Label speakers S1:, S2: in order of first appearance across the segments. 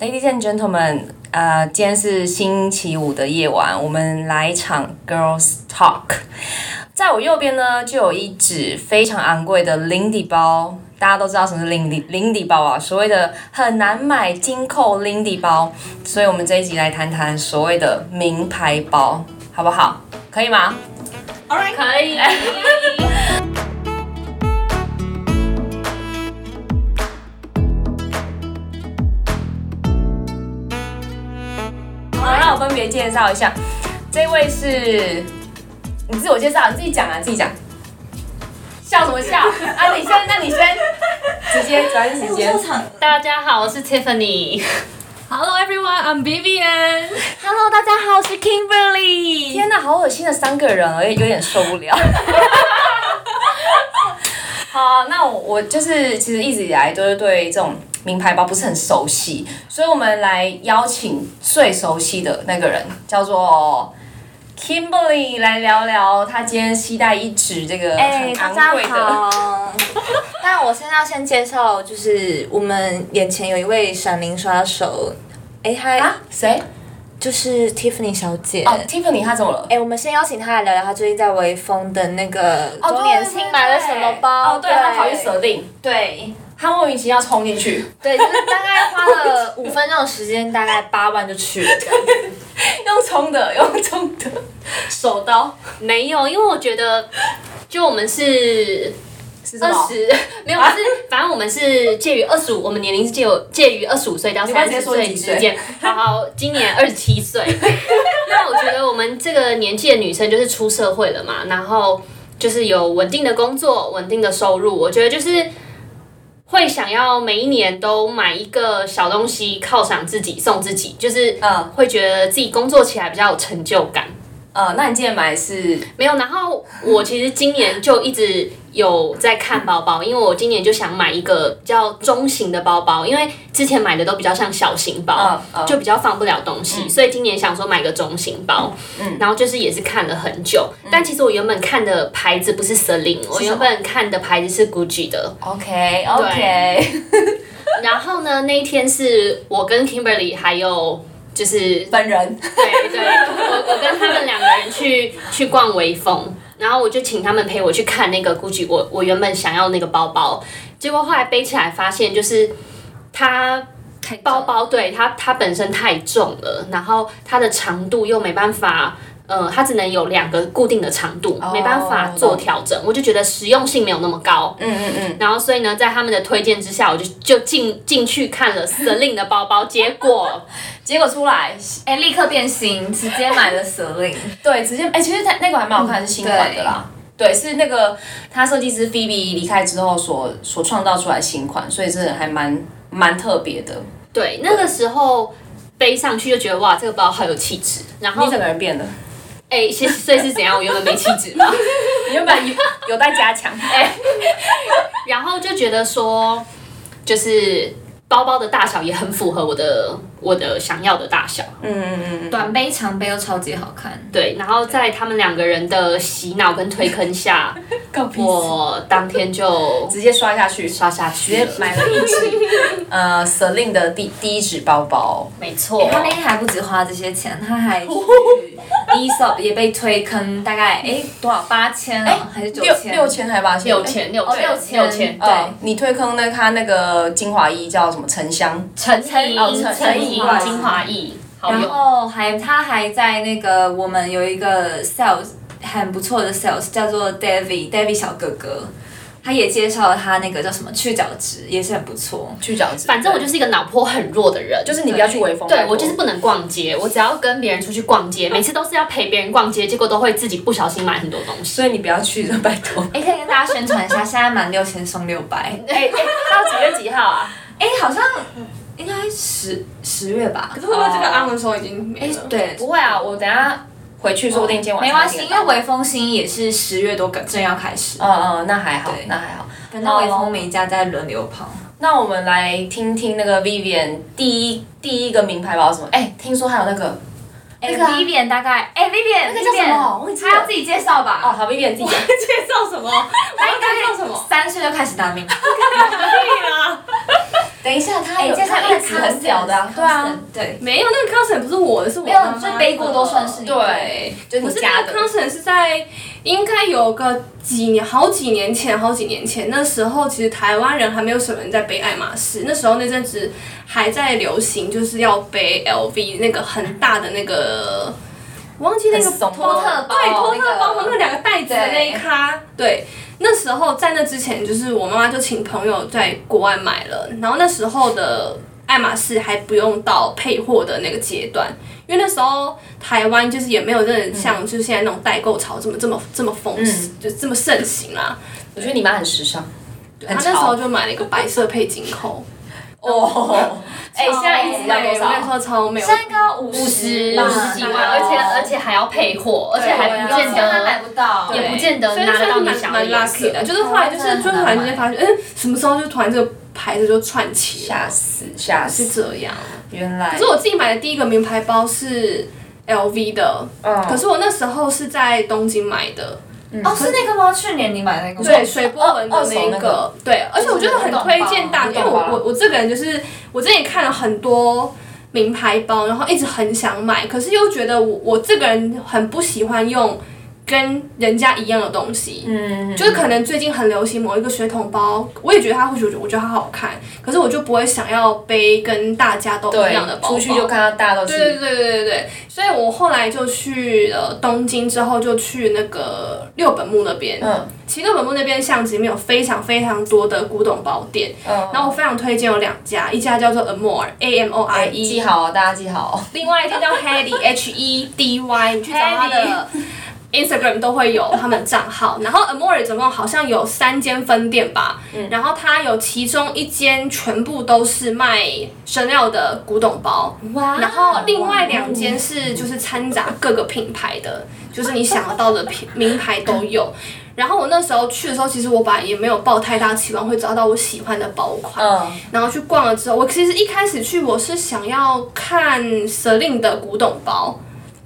S1: Ladies and gentlemen，呃，今天是星期五的夜晚，我们来一场 Girls Talk。在我右边呢，就有一只非常昂贵的零底包，大家都知道什么是零底零底包啊，所谓的很难买金扣零底包，所以我们这一集来谈谈所谓的名牌包，好不好？可以吗？
S2: Alright，
S1: 可以。好，那我分别介绍一下，这位是你自我介绍，你自己讲啊，自己讲。笑什么笑？啊，你先，那你先，直接转直接。
S2: 场。
S3: 大家好，我是 Tiffany。Hello everyone, I'm Vivian。Hello，大家好，我是 Kimberly。
S1: 天哪，好恶心的三个人，而已，有点受不了。 好，那我我就是其实一直以来都是对这种名牌包不是很熟悉，所以我们来邀请最熟悉的那个人，叫做 Kimberly 来聊聊她今天期待一指这个
S4: 哎、
S1: 很
S4: 大
S1: 昂
S4: 家
S1: 贵的。
S4: 好。那我现在要先介绍，就是我们眼前有一位闪灵刷手，哎、嗨、
S1: 啊？谁？
S4: 就是 Tiffany 小姐。
S1: 哦，Tiffany 她怎么了？
S4: 哎、我们先邀请她来聊聊她最近在微风的那个周年庆买了什么包。
S1: 哦哦，对，她跑去设定，
S4: 对
S1: 她莫名其妙冲进去，
S4: 对，就是大概花了五分钟的时间，大概八万就去了这样子。
S1: 用冲的， 用冲的，手刀
S3: 没有，因为我觉得，就我们是
S1: 是
S3: 二
S1: 什么？
S3: 十， 没有，是反正我们是介于二十五，我们年龄是介有介于二十五岁到
S1: 你不要
S3: 三
S1: 直接
S3: 十
S1: 说
S3: 岁
S1: 几岁
S3: 之间。好好，今年二十七 岁。那我觉得我们这个年纪的女生就是出社会了嘛，然后就是有稳定的工作、稳定的收入，我觉得就是。会想要每一年都买一个小东西犒赏自己、送自己，就是
S1: 嗯
S3: 会觉得自己工作起来比较有成就感。
S1: 呃，那你今天买的是
S3: 没有，然后我其实今年就一直有在看包包，因为我今年就想买一个比较中型的包包，因为之前买的都比较像小型包，
S1: 嗯嗯
S3: 就比较放不了东西，所以今年想说买个中型包，然后就是也是看了很久，但其实我原本看的牌子不是 Celine，我原本看的牌子是 Gucci 的，
S1: OK OK
S3: 然后呢那一天是我跟 Kimberly 还有就是
S1: 本人，
S3: 对对，我我跟他们两个人去去逛微风，然后我就请他们陪我去看那个 GUCCI，我我原本想要那个包包，结果后来背起来发现就是它。包包对它，它本身太重了，然后它的长度又没办法，呃，它只能有两个固定的长度，没办法做调整，我就觉得实用性没有那么高。
S1: 哦嗯嗯嗯，
S3: 然后所以呢，在他们的推荐之下，我就就进进去看了 Celine 的包包，结果
S1: 结果出来，
S4: 哎、立刻变形，直接买了蛇 令。
S1: 对，直接，哎、其实它那款还蛮好看，是新款的啦。对，是那个他设计师 Phoebe 离开之后所所创造出来的新款，所以这还蛮蛮特别的。
S3: 对，那个时候背上去就觉得哇，这个包好有气质。然后
S1: 你整个人变了，
S3: 哎，谢谢所以是怎样？我原本没气质嘛。
S1: 你原本有有待加 强。
S3: 然后就觉得说，就是包包的大小也很符合我的我的想要的大小。
S2: 短杯、长杯都超级好看。
S3: 对，然后在他们两个人的洗脑跟推坑下，我当天就
S1: 直接刷下去，直
S3: 刷下去
S1: 接
S3: 了。
S1: 买了一只 呃 Celine 的第第一只包包。
S3: 没错，
S2: 他那天还不止花这些钱，他还 去，E ESOP 也被推坑，大概哎、多少八千啊，还是九
S1: 六
S2: 千？
S1: 六千还八千？
S3: 六千六
S2: 哦
S3: 千
S2: 六千
S3: 六千，
S2: 对
S1: 呃，你退坑那他那个精华衣叫什么？沉香。
S3: 陈怡
S1: 哦陈
S3: 陈怡
S2: 陈怡
S3: 精华液，好
S2: 然
S3: 用。
S2: 后哦还他还在那个我们有一个 sales 很不错的 sales 叫做 David David 小哥哥，他也介绍了他那个叫什么去角质，也是很不错。
S1: 去角质。
S3: 反正我就是一个脑波很弱的人，
S1: 就是你不要去微风。
S3: 对我就是不能逛街，我只要跟别人出去逛街，每次都是要陪别人逛街，结果都会自己不小心买很多东西。
S1: 所以你不要去，拜托。
S2: 哎、可以跟大家宣传 一下，现在满六千送六百。
S1: 哎 哎，到几月几号啊？
S2: 哎、好像应该十十月吧。
S5: 会不会
S1: 哦
S5: 这个啊 on 的时候已经没
S2: 哎、
S5: 了？
S2: 对，
S1: 不会啊，我啊等下回去，说不定今天晚
S2: 没
S1: 上。
S2: 关系，因为微风新也是十月多正要开始，
S1: 嗯嗯，那还好
S2: 对，
S1: 那还好。
S2: 等到哦微风每一家在轮流跑。
S1: 那我们来听听那个 Vivian 第一第一个名牌包是什么？哎，听说还有那个
S2: 哎、
S1: 那个啊
S2: Vivian 大概，哎、Vivian，
S1: 那个叫什么忘记了
S2: 他要自己介绍吧。
S1: 哦，好 Vivian 自己讲。
S5: 介绍什么？我要介绍什么？
S2: 三岁就开始当名牌，
S1: 等一下，
S4: 哎
S1: 他有
S2: 介绍
S1: 哎他一直很屌的啊，对啊，，
S2: 对，
S5: 没有，那个 Constant 不是我的，是我
S2: 没有
S5: 妈妈
S2: 所以背锅都算是
S5: 的
S2: 你
S5: 对，
S1: 就是
S5: 可
S1: 你
S5: 是
S1: 家
S5: 那
S1: 的
S5: 个。Constant 是在应该有个几年，好几年前，好几年前，那时候其实台湾人还没有什么人在背爱马仕，那时候那阵子还在流行，就是要背 LV 那个很大的那个，我忘记那个
S1: 很怂
S5: 托
S1: 托特
S5: 特
S1: 包
S5: 对托特
S2: 那
S5: 包和
S2: 个
S5: 那两个袋子的那一咖，对。那时候在那之前，就是我妈妈就请朋友在国外买了，然后那时候的爱马仕还不用到配货的那个阶段，因为那时候台湾就是也没有真的像就是现在那种代购潮这么这么这么风，就这么盛行啦。
S1: 我觉得你妈很时尚，
S5: 他那时候就买了一个白色配金扣，
S1: 哦，哎，现在一直要多
S5: 对我那
S1: 少？
S5: 时候超美，
S2: 现在应该五
S3: 五十
S2: 吧
S4: 啊
S3: 五十几万，
S2: 大概
S3: 而且而且还要配货，而且还不
S2: 有
S3: 见
S2: 钱还买
S3: 得
S2: 不到，
S3: 也不见得
S5: 所以
S3: 拿
S5: 那
S3: 得
S5: 时
S3: 到
S5: 候
S3: 你
S5: 蛮
S3: 想要
S5: 蛮
S3: 的颜
S5: lucky
S3: 色
S5: 的，。就是后来就是就突然之间发现，嗯，什么时候就突然这个牌子就串起
S1: 吓
S5: 来，
S1: 死，吓
S5: 是
S1: 死！
S5: 这样。
S1: 原来
S5: 可是我自己买的第一个名牌包是 LV 的，可是我那时候是在东京买的，
S2: 哦，是那个吗？去年你买那个吗
S5: 对，水波
S4: 哦
S5: 纹
S1: 二
S5: 的
S1: 手
S5: 那
S1: 那
S5: 一
S1: 个
S5: 个，对，而且我觉得很推荐大
S1: 就是
S5: 家，
S1: 那个
S5: 因为
S1: 洞吧
S5: 我我我这个人就是我之前看了很多名牌包，然后一直很想买，可是又觉得我我这个人很不喜欢用跟人家一样的东西，嗯，就是可能最近很流行某一个水桶包，我也觉得它或许我觉得我觉得它好看，可是我就不会想要背跟大家都一样的
S1: 对，
S5: 包包，
S1: 出去就看到大家都
S5: 对
S1: 是
S5: 对对对对对，所以我后来就去了东京，之后就去那个六本木那边。
S1: 嗯，
S5: 其实六本木那边巷子里面有非常非常多的古董宝店，
S1: 嗯
S5: 然后我非常推荐有两家，一家叫做 Amore A M O R
S1: 哎
S5: E，
S1: 记好哦，大家记好哦。
S5: 另外一件叫 Hedy H E D Y，你去找他
S1: Hedy
S5: 的 Instagram 都会有他们账号。然后 Amore 总共好像有三间分店吧，
S1: 嗯
S5: 然后它有其中一间全部都是卖 Chanel 的古董包，然后另外两间是就是掺杂各个品牌的，就是你想到的品名牌都有。然后我那时候去的时候，其实我把也没有抱太大期望，会找到我喜欢的包款。
S1: 嗯，
S5: 然后去逛了之后，我其实一开始去我是想要看 Celine 的古董包，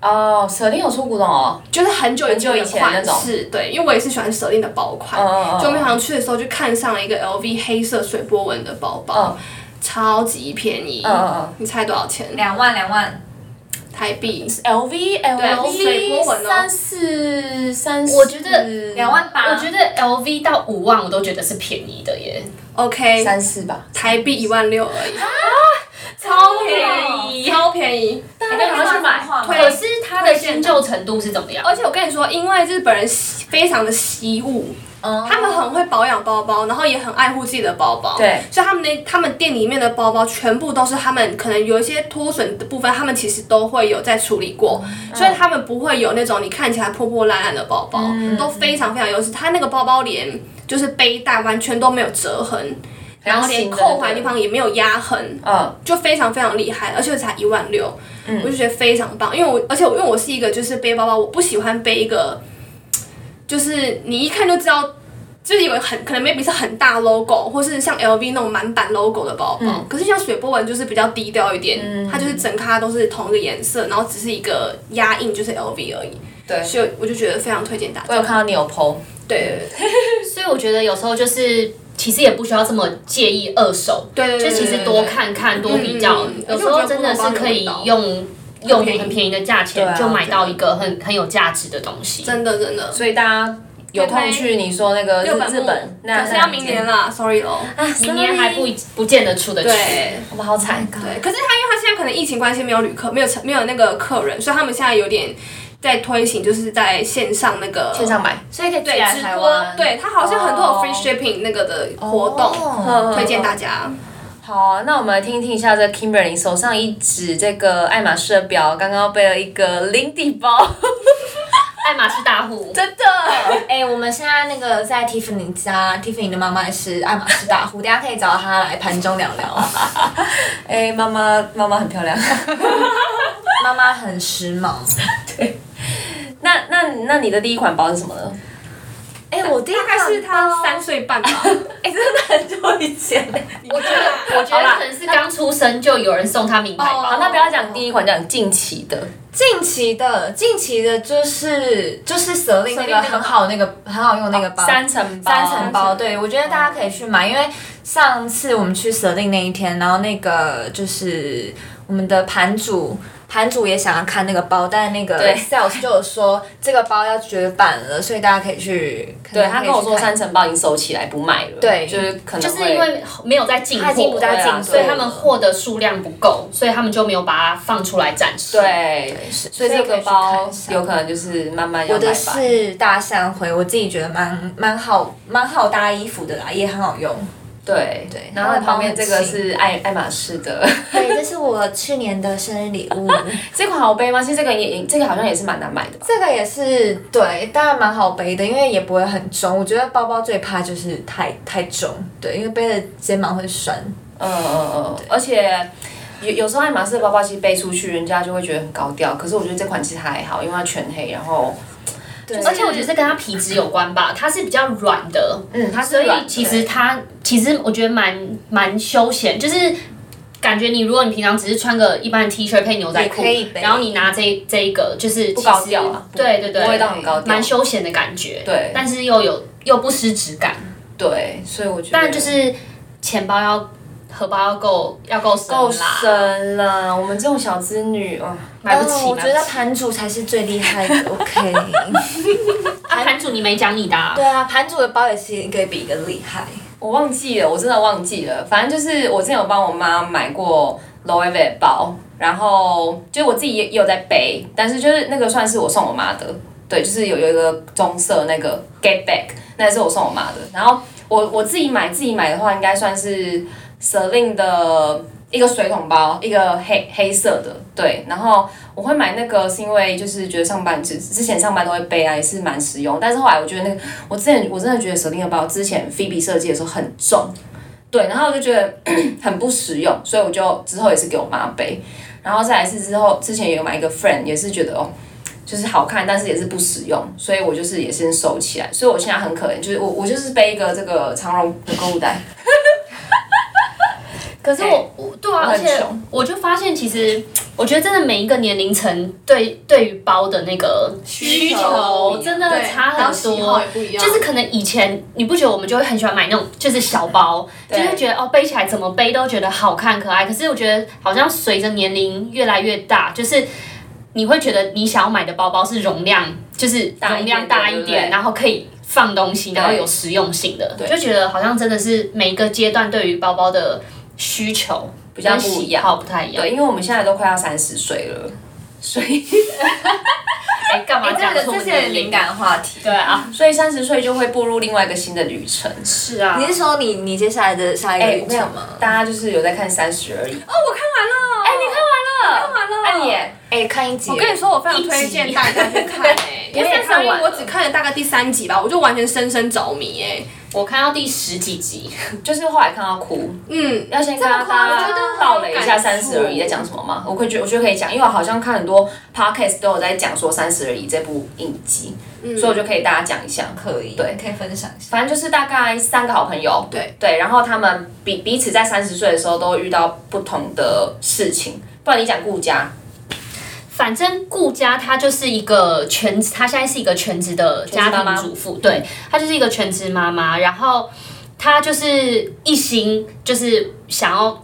S1: 哦，舍令有出古董哦，
S5: 就是很久以前
S1: 很久以
S5: 的
S1: 前的那
S5: 款
S1: 种
S5: 式，对，因为我也是喜欢 Celine 的包款
S1: 嗯嗯，
S5: 就没想到去的时候就看上了一个 LV 黑色水波纹的包包
S1: 嗯，
S5: 超级便宜
S1: 嗯嗯，
S5: 你猜多少钱？
S2: 两万两万，
S5: 台币。
S1: L V L
S5: 水波
S1: V
S5: 纹哦
S1: 三四三四，
S3: 我觉得
S2: 两万八，
S3: 我觉得 LV 到五万我都觉得是便宜的耶，
S5: OK，
S1: 三四吧。
S5: 台币一万六而已，
S3: 超
S2: 便
S3: 宜。
S5: 超便宜。
S1: 大家赶快去买
S3: 可是它的新旧程度是怎么样？
S5: 啊而且我跟你说，因为日本人喜非常的惜物，他们很会保养包包，然后也很爱护自己的包包。
S1: 对
S5: 所以他们那他们店里面的包包全部都是他们可能有一些脱损的部分，他们其实都会有在处理过，所以他们不会有那种你看起来破破烂烂的包包，都非常非常优质。他那个包包连就是背带完全都没有折痕。然后连
S1: 新的那个
S5: 扣环地方也没有压痕，
S1: 嗯，
S5: 就非常非常厉害，而且才一万六、我就觉得非常棒。因为我而且我因为我是一个就是背包包，我不喜欢背一个，就是你一看就知道。就是有很可能 maybe 是很大 logo，或是像 LV 那种满版 logo 的包包，
S1: 嗯
S5: 可是像水波纹就是比较低调一点，它就是整咖都是同一个颜色，然后只是一个压印就是 LV 而已，
S1: 对，
S5: 所以我就觉得非常推荐大
S1: 我有
S5: 家。
S1: 看到你有 PO，
S5: 对
S3: 所以我觉得有时候就是其实也不需要这么介意二手，
S5: 对对对，
S3: 就其实多看看、多比较
S5: 嗯嗯嗯，
S3: 有时候真的是可以用用很便宜的价钱
S1: 啊
S3: 就买到一个很很有价值的东西。
S5: 真的真的。
S1: 所以大家有空去你说那个日
S5: 六本木
S1: 日本，那
S5: 可是要明年啦，sorry 哎喽。
S1: 啊
S3: 明年还不不见得出得去。
S5: 对。
S1: 我们好惨，
S5: 对，可是他因为他现在可能疫情关系没有旅客，没有没有那个客人，所以他们现在有点在推行，就是在线上那个
S1: 线上买，
S2: 所以可以
S5: 对直播，对他好像很多有 free shipping 那个的活动，
S1: 嗯
S5: 推荐大家。
S1: 好啊，那我们来听听一下这 Kimberly 手上一指这个爱马仕的表，刚刚背了一个 Lindy 包，
S3: 爱马仕大户，
S1: 真的，
S4: 哎、我们现在那个在 Tiffany 家，Tiffany 的妈妈是爱马仕大户，大家可以找她来盘中聊聊。
S1: 哎、妈妈妈妈很漂亮。
S4: 妈妈很时髦。
S1: 那那那你的第一款包是什么呢？
S4: 哎、我第一
S5: 大概是他三岁半吧，
S4: 哎、真的很久 以前了。
S1: 哦
S3: 我觉得，我觉得可能是刚出生就有人送他名牌
S5: 哦
S3: 包。
S1: 好，那不要讲第一款，讲近期的。
S4: 近期的，近期的就是就是舍令那个很好那个很好用那个包，
S1: 哦三层包，
S4: 三层包，对我觉得大家可以去买，因为上次我们去舍令那一天，然后那个就是我们的盘主。盘主也想要看那个包，但那个
S1: 对
S4: sales 就有说这个包要绝版了，所以大家可以去。
S1: 对
S4: 可能
S1: 他
S4: 可以
S1: 跟我
S4: 去
S1: 说
S4: 看
S1: 三层包已经收起来不卖了，
S4: 对
S1: 就是可能
S3: 就是
S1: 会
S3: 因为没有在进货，啊
S4: 它已经不在进货了
S3: 所以他们货的数量不够，所以他们就没有把它放出来展示。，
S1: 对，所以这
S4: 所以可以
S1: 个
S4: 去
S1: 包
S4: 看一下
S1: 有可能就是慢慢要
S4: 我
S1: 拜
S4: 的
S1: 拜。
S4: 是大象灰，我自己觉得蛮蛮好，蛮好搭衣服的啦，也很好用。
S1: 对
S4: 对
S1: 然后旁边这个
S4: 它的包很
S1: 是爱爱马仕的，
S4: 对，这是我去年的生日礼物，
S1: 这款好背吗？其实这个也这个好像也是蛮难买的吧。
S4: 这个也是对，当然蛮好背的，因为也不会很重。我觉得包包最怕就是太太重，对，因为背着肩膀会酸。
S1: 嗯嗯嗯，而且。有有时候爱马仕的包包其实背出去，人家就会觉得很高调。可是我觉得这款其实还好，因为它全黑，然后
S4: 对，
S3: 而且我觉得这跟它皮质有关吧，它是比较软的，
S1: 嗯，它
S3: 所
S1: 是
S3: 以
S1: 软的
S3: 其实它其实我觉得蛮蛮休闲，就是感觉你如果你平常只是穿个一般的 T 恤配牛仔裤
S4: 也可以，背
S3: 然后你拿这这一个就是其实
S1: 不高调啊
S3: 对对对，
S1: 不会到很高调
S3: 蛮休闲的感觉，
S1: 对
S3: 但是又有又不失质感，
S1: 对，所以我觉得
S3: 当然就是钱包要荷包要够要够深
S1: 够
S3: 啦，
S1: 深啦。我们嗯这种小资女，嗯，
S3: 买不
S4: 哦
S3: 起，
S4: 我觉
S3: 买不
S4: 得
S3: 起。
S4: 盘主才是最厉害的。OK，
S3: 啊，盘主你没讲你的、啊
S4: 对，啊，盘主的包也是一个比一个厉害。
S1: 我忘记了，我真的忘记了。反正就是我之前有帮我妈买过 Loewe 的包，然后就我自己也也有在背，但是就是那个算是我送我妈的，对，就是有有一个棕色那个 Get Back，那是我送我妈的。然后我我自己买自己买的话，应该算是 Celine 的一个水桶包，一个黑黑色的，对。然后我会买那个是因为就是觉得上班之之前上班都会背啊，也是蛮实用。但是后来我觉得那个我之前我真的觉得 Celine 的包之前 Phoebe 设计的时候很重，对，然后我就觉得 很不实用，所以我就之后也是给我妈背。然后再来是之后之前也有买一个 friend，也是觉得哦。就是好看，但是也是不实用，所以我就是也先收起来。所以我现在很可怜，就是我我就是背一个这个长绒的购物袋，
S3: 可是我我对啊，
S1: 我
S3: 而
S1: 很
S3: 且
S1: 穷
S3: 我就发现，其实我觉得真的每一个年龄层对对于包的那个需求真的
S5: 对
S3: 差
S5: 然后
S3: 很
S5: 喜好
S3: 多
S5: 也。不一样，
S3: 就是可能以前你不觉得我们就会很喜欢买那种就是小包，就
S1: 对
S3: 会觉得哦背起来怎么背都觉得好看可爱。可是我觉得好像随着年龄越来越大，就是你会觉得你想要买的包包是容量就是
S1: 大
S3: 容
S1: 一点
S3: 量
S1: 的
S3: 大
S1: 对
S3: 一
S1: 不
S3: 点，
S1: 对
S3: 然后可以放东西，然后
S1: 对
S3: 有实用性的，
S1: 对
S3: 就觉得好像真的是每一个阶段对于包包的需求比
S1: 较不一
S3: 喜
S1: 样
S3: 好不太一样
S1: 对，。因为我们现在都快要三十岁了，所以
S3: 哎，干嘛讲出年龄？
S4: 感话题。
S3: 对啊，
S1: 所以三十岁就会步入另外一个新的旅程。
S3: 是啊
S4: 你是说你你接下来的下一个
S1: 哎、
S4: 旅
S1: 我没有
S4: 程吗？，
S1: 大家就是有在看三十而已。
S4: 哦，我看完了。哎、你看
S1: 干嘛
S4: 了
S1: 哎、你耶，
S4: 哎、看一集。
S5: 我跟你说，我非常推荐大家去看诶、因为
S4: 也
S5: 《三
S4: 看
S5: 十
S4: 完了
S5: 一我只看了大概第三集吧，我就完全深深着迷欸诶、
S3: 我看到第十几集，
S1: 就是后来看到哭，
S5: 嗯，
S1: 要先跟大
S5: 夸
S1: 家
S5: 张
S1: 道了一下
S5: 我觉得
S1: 三
S5: 很
S1: 十而已在讲什么吗？我会觉我觉得可以讲，因为我好像看很多 podcast 都有在讲说三十而已这部影集，所以我就可以大家讲一下。
S4: 可以，
S1: 对
S4: 可以分享一下。
S1: 反正就是大概三个好朋友，
S5: 对
S1: 对，然后他们彼彼此在三十岁的时候都遇到不同的事情。不然你讲顾家，
S3: 反正顾佳她就是一个全，她现在是一个全职的家
S1: 全职妈妈
S3: 庭主妇，对，她就是一个全职妈妈，然后她就是一心就是想要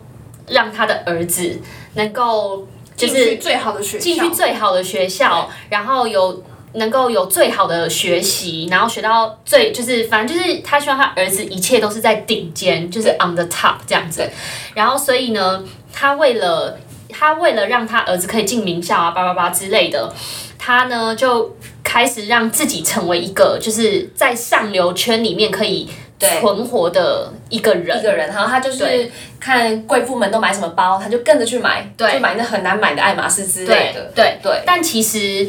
S3: 让她的儿子能够就
S5: 进去
S3: 是
S5: 最好的学校，
S3: 进去最好的学校，然后有能够有最好的学习，然后学到最就是反正就是他希望他儿子一切都是在顶尖，就是 on the top 这样子。然后所以呢，他为了他为了让他儿子可以进名校啊，叭叭叭之类的，他呢就开始让自己成为一个就是在上流圈里面可以存活的一个人
S1: 一。个人，然后他就是
S3: 对
S1: 看贵妇们都买什么包，他就跟着去买，
S3: 对
S1: 就买那很难买的爱马仕之类
S3: 对
S1: 的。
S3: 对
S1: 对
S3: 但其实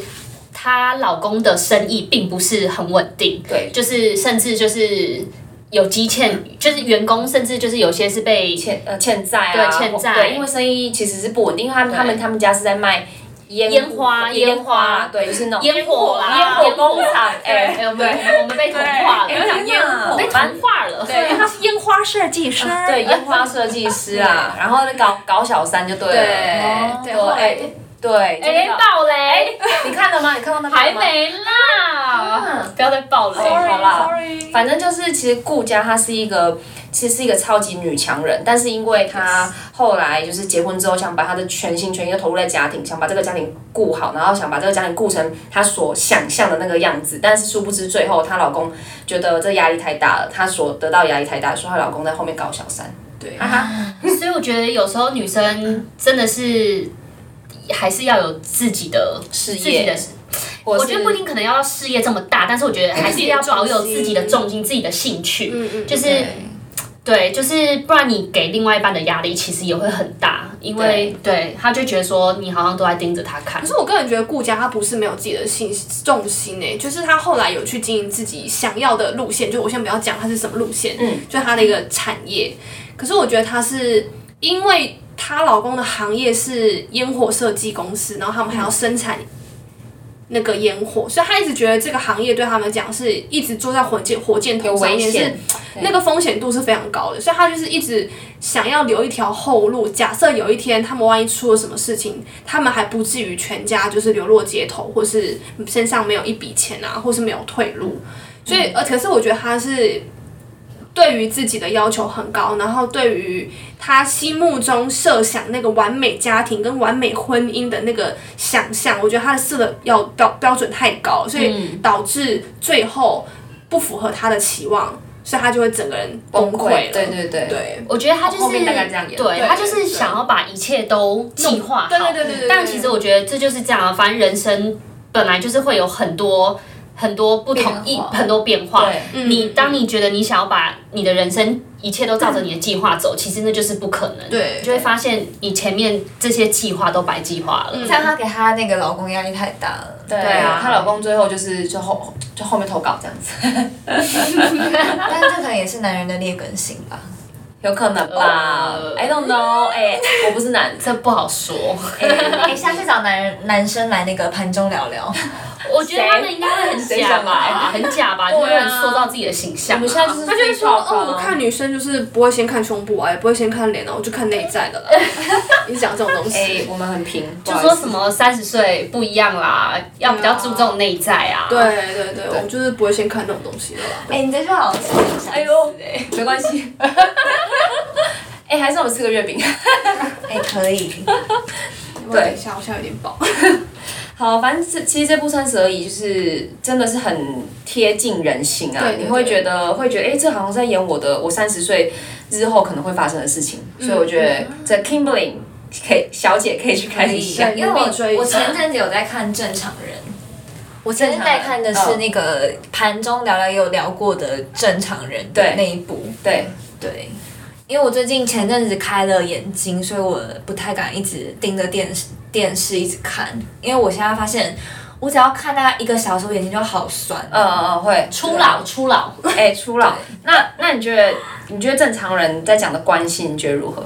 S3: 她老公的生意并不是很稳定，
S1: 对
S3: 就是甚至就是有积欠，就是员工甚至就是有些是被
S1: 欠呃欠债啊，
S3: 对欠债
S1: 对，因为生意其实是不稳定，因为他们他们他们家是在卖烟
S3: 烟花
S1: 烟
S3: 花
S1: 对，就是那种
S3: 烟火啦，
S1: 烟火工厂，哎
S3: 哎，，哎我们我们被同 化
S1: 哎我
S3: 了，
S1: 讲烟火，
S3: 被同化了，
S1: 对，啊
S5: 他是烟花设计师，
S1: 对，烟花设计师 啊，然后搞搞小三就对了，
S5: 对对，
S1: 对，
S5: 后来
S1: 哎对，
S3: 哎，
S1: 真的
S3: 爆雷
S1: 你看了吗？你看到那
S3: 还
S1: 边吗？
S3: 没啦，不要再爆雷，
S1: 好啦
S5: sorry，
S1: 反正就是，其实顾佳她是一个，其实是一个超级女强人，但是因为她后来就是结婚之后，想把她的全心全意都投入在家庭，想把这个家庭顾好，然后想把这个家庭顾成她所想象的那个样子，但是殊不知最后她老公觉得这压力太大了，她所得到压力太大，所以她老公在后面搞小三。对，哈哈，
S3: 所以我觉得有时候女生真的是还是要有自己的
S1: 事
S3: 自己
S1: 业
S3: 的，
S1: 我
S3: 我觉得不一定可能要到事业这么大，但是我觉得还是要保有自己的重心、自己的兴趣，
S5: 嗯嗯，
S3: 就是对，就是不然你给另外一半的压力其实也会很大，因为对他就觉得说你好像都在盯着他看
S5: 可。是我个人觉得顾佳她不是没有自己的信重心诶、就是她后来有去经营自己想要的路线，就我先不要讲她是什么路线，嗯，就她的一个产业。可是我觉得她是因为她老公的行业是烟火设计公司，然后他们还要生产那个烟火，所以她一直觉得这个行业对他们讲是一直坐在火箭火箭
S1: 有
S5: 头上
S1: 危
S5: 面是
S1: 险，
S5: 那个风险度是非常高的，所以他就是一直想要留一条后路。假设有一天他们万一出了什么事情，他们还不至于全家就是流落街头，或是身上没有一笔钱啊，或是没有退路。所以，呃，可是我觉得他是对于自己的要求很高，然后对于他心目中设想那个完美家庭跟完美婚姻的那个想象，我觉得他的设的要标标准太高，所以
S1: 嗯
S5: 导致最后不符合他的期望，所以他就会整个人崩溃了。
S1: 对对对
S5: 对
S3: 我觉得他就是
S1: 后面大概这样演
S3: 对
S5: 对
S3: 他就是
S5: 对
S3: 想要把一切都计划好。
S5: 对对对对对。
S3: 但其实我觉得这就是这样啊，反正人生本来就是会有很多很多不同
S1: 变化
S3: 一很多变化。
S1: 对
S3: 你当你觉得你想要把你的人生一切都照着你的计划走，其实那就是不可能。
S5: 对
S3: 你就会发现你前面这些计划都白计划了。
S4: 这样她给她那个老公压力太大了。对
S1: 对
S3: 啊
S1: 她老公最后就是就后就后面投稿这样子，
S4: 但这可能也是男人的劣根性吧。
S1: 有可能吧
S3: 呃
S1: ？I don't know，哎，我不是男生。
S3: 这不好说，
S4: 哎、下次找男人男生来那个盘中聊聊。
S3: 我觉得他们应该会很
S1: 谁
S3: 假
S1: 想来
S3: 吧，很假吧，就会
S1: 对啊
S3: 很塑造自己的形象啊。
S1: 我们现在就是
S5: 他就会说，
S1: 自己爆发啊
S5: 哦，我看女生就是不会先看胸部啊，也不会先看脸啊，我就看内在 的了。你讲这种东西，
S1: 哎，我们很平，
S3: 就说什么三十岁不一样啦，要比较注重内在啊。
S5: 对对对，我就是不会先看那种东西的啦。
S4: 哎、你这句好像是欸我想死
S1: 哎呦没关系。 哎、还是我们吃个月饼。
S4: 哎、可以。
S1: 对
S5: 等一下，我现在有点饱。
S1: 好，反正这其实这部《三十而已》就是真的是很贴近人心啊，
S5: 对对
S1: 你会
S5: 对
S1: 觉得会觉得，哎、这好像在演我的我三十岁之后可能会发生的事情，所以我觉得这 Kimberly 可以小姐可以去看一下
S5: 可。以
S4: 因为
S5: 有必追
S4: 我我
S5: 一下
S4: 前阵子有在看《正常人》， 我前阵子在看的是那个盘中聊聊也有聊过的《正常人》
S1: 对
S4: 的那一部，
S1: 对，
S4: 对。因为我最近前阵子开了眼睛，所以我不太敢一直盯着电视电视一直看，因为我现在发现，我只要看大概一个小时，我眼睛就好酸。
S1: 嗯嗯嗯，会
S3: 初老，初老，
S1: 对，哎、初老。那那你觉得你觉得正常人在讲的关系，你觉得如何？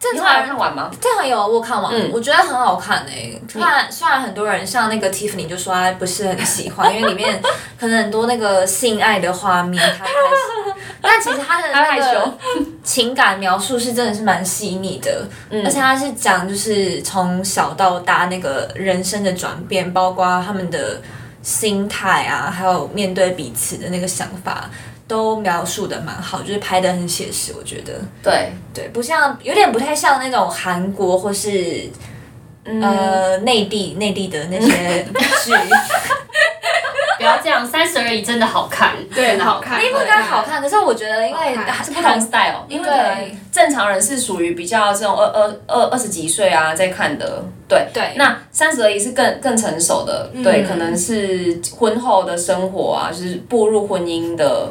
S4: 正
S1: 你后来有
S4: 常
S1: 看完吗？
S4: 这很有我有看完，
S1: 嗯
S4: 我觉得很好看诶、虽然虽然很多人像那个 Tiffany 就说她不是很喜欢，因为里面可能很多那个性爱的画面，她害羞。但其实她的
S1: 她害
S4: 那
S1: 羞
S4: 个情感描述是真的是蛮细腻的，而且她是讲就是从小到大那个人生的转变，包括他们的心态啊，还有面对彼此的那个想法。都描述的蛮好，就是拍的很写实，我觉得。
S1: 对，
S4: 对，不像有点不太像那种韩国或是、呃内地内地的那些 剧，
S3: 不要这样，三十而已真的好看，哎真的好看。
S4: 那部应该好看，可是我觉得因为
S5: 好看
S1: 是不同 style，因为可能正常人是属于比较这种二二二二十几岁啊在看的，对
S4: 对
S1: 那三十而已是更更成熟的，
S5: 嗯
S1: 对，可能是婚后的生活啊，就是步入婚姻的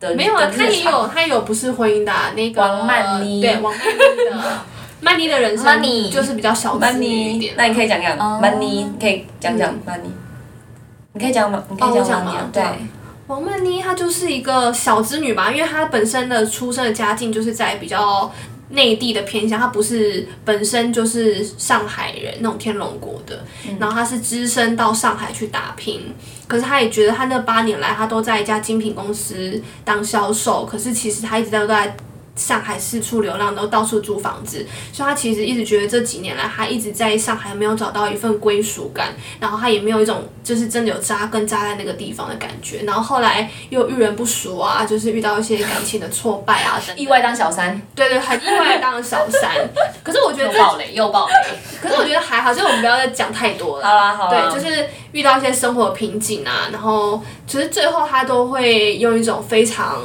S1: 的
S5: 没有啊，他
S1: 的日
S5: 也
S1: 常
S5: 有他也有不是婚姻的啊、那个
S1: 王曼妮
S5: 对王曼妮 的曼妮的人生
S4: Money
S5: 就是比较小资女一
S1: money，
S5: 点。啊嗯
S1: 那你可以讲讲
S4: 哦
S1: money，你可以讲讲 money，你可以讲吗？你可
S5: 哦
S1: 以
S5: 我
S1: 讲
S5: 讲
S1: money，啊
S5: 吗
S1: 对
S5: 对，王曼妮她就是一个小资女吧，因为她本身的出生的家境就是在比较内地的偏乡，他不是本身就是上海人那种天龙国的，然后他是只身到上海去打拼。可是他也觉得他那八年来，他都在一家精品公司当销售，可是其实他一直都在上海四处流浪，都到处租房子，所以他其实一直觉得这几年来，他一直在上海没有找到一份归属感，然后他也没有一种就是真的有扎根扎在那个地方的感觉，然后后来又遇人不淑啊，就是遇到一些感情的挫败啊等等，
S1: 意外当小三，
S5: 对对，很意外地当了小三。可是我觉得
S3: 又
S5: 这，
S3: 爆雷，又爆雷。
S5: 可是我觉得还好，就是我们不要再讲太多了。
S1: 好啦好啦，
S5: 对，就是遇到一些生活瓶颈啊，然后其实最后他都会用一种非常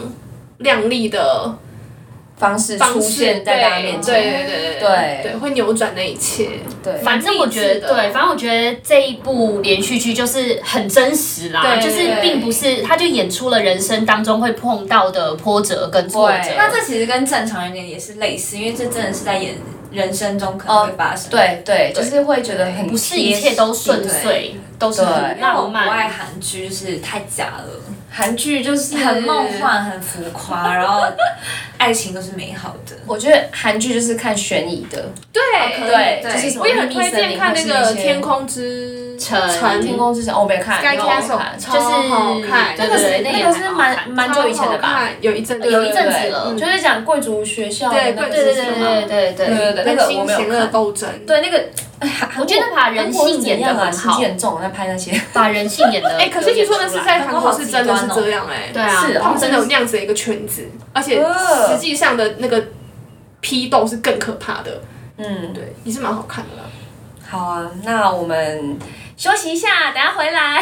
S5: 亮丽的
S1: 方式
S5: 方
S1: 出
S5: 式
S1: 现在大家面
S5: 对
S1: 前，
S5: 对对
S1: 对
S5: 对，会扭转那一切。
S1: 对
S3: 反正我觉得，
S5: 蛮励志的
S3: 对，反正我觉得这一部连续剧就是很真实啦，
S5: 对
S3: 就是并不是，他就演出了人生当中会碰到的波折跟挫折
S1: 对。
S4: 那这其实跟正常人也是类似，因为这真的是在演人生中可能会发生。
S1: 对对，就是会觉得很
S3: 不是
S1: 贴
S3: 一切都顺
S1: 心
S3: 遂，都是
S1: 对
S3: 很
S4: 那我
S3: 浪
S4: 不爱
S3: 漫。
S4: 韩剧，就是太假了，
S1: 韩剧就是
S4: 很梦。幻，很浮夸，然后爱情都是美好 的。
S1: 我觉得韩剧就是看悬疑的，
S5: 对
S4: 可以
S1: 对，
S4: 对
S1: 啊就是什么
S5: 我也很
S1: 秘密
S5: 推
S1: 森
S5: 荐
S1: 林
S5: 看
S1: 或
S5: 那
S1: 是
S5: 个
S1: 一
S5: 《
S1: 些
S5: 天空之
S3: 城
S1: 天空之城》，哦，我没看，
S5: Sky
S1: 没有看
S5: Castle，
S3: 就是
S5: 超好看，
S3: 对
S1: 那个
S3: 对
S1: 是
S3: 对
S1: 那
S3: 也
S1: 个
S3: 还
S1: 是
S3: 好
S1: 蛮
S3: 看
S1: 蛮久以前的
S5: 超好
S1: 吧？
S5: 看，有一阵子，
S3: 有一阵子了
S5: 嗯
S1: 就是讲贵族学校的
S5: 对
S1: 那个
S5: 贵
S3: 对
S5: 族
S3: 对
S5: 是
S3: 对
S5: 吗
S3: 对对
S1: 对
S3: 对
S1: 对对，那个我
S5: 跟
S1: 没有
S5: 新的
S1: 看。
S5: 斗争。
S1: 对那个，哎
S3: 我觉得把人性演得
S1: 的
S3: 很好
S1: 心机，很重，啊在拍那些。
S3: 把人性演的。
S5: 哎，可是听说那是在韩国是真的是这样哎，
S3: 对啊，
S1: 是哦
S5: 他们真的有那样子的一个圈子，而且
S1: 呃
S5: 实际上的那个批斗是更可怕的。
S1: 嗯，
S5: 对，也是蛮好看的啦。
S1: 好啊，那我们休息一下，等下回来。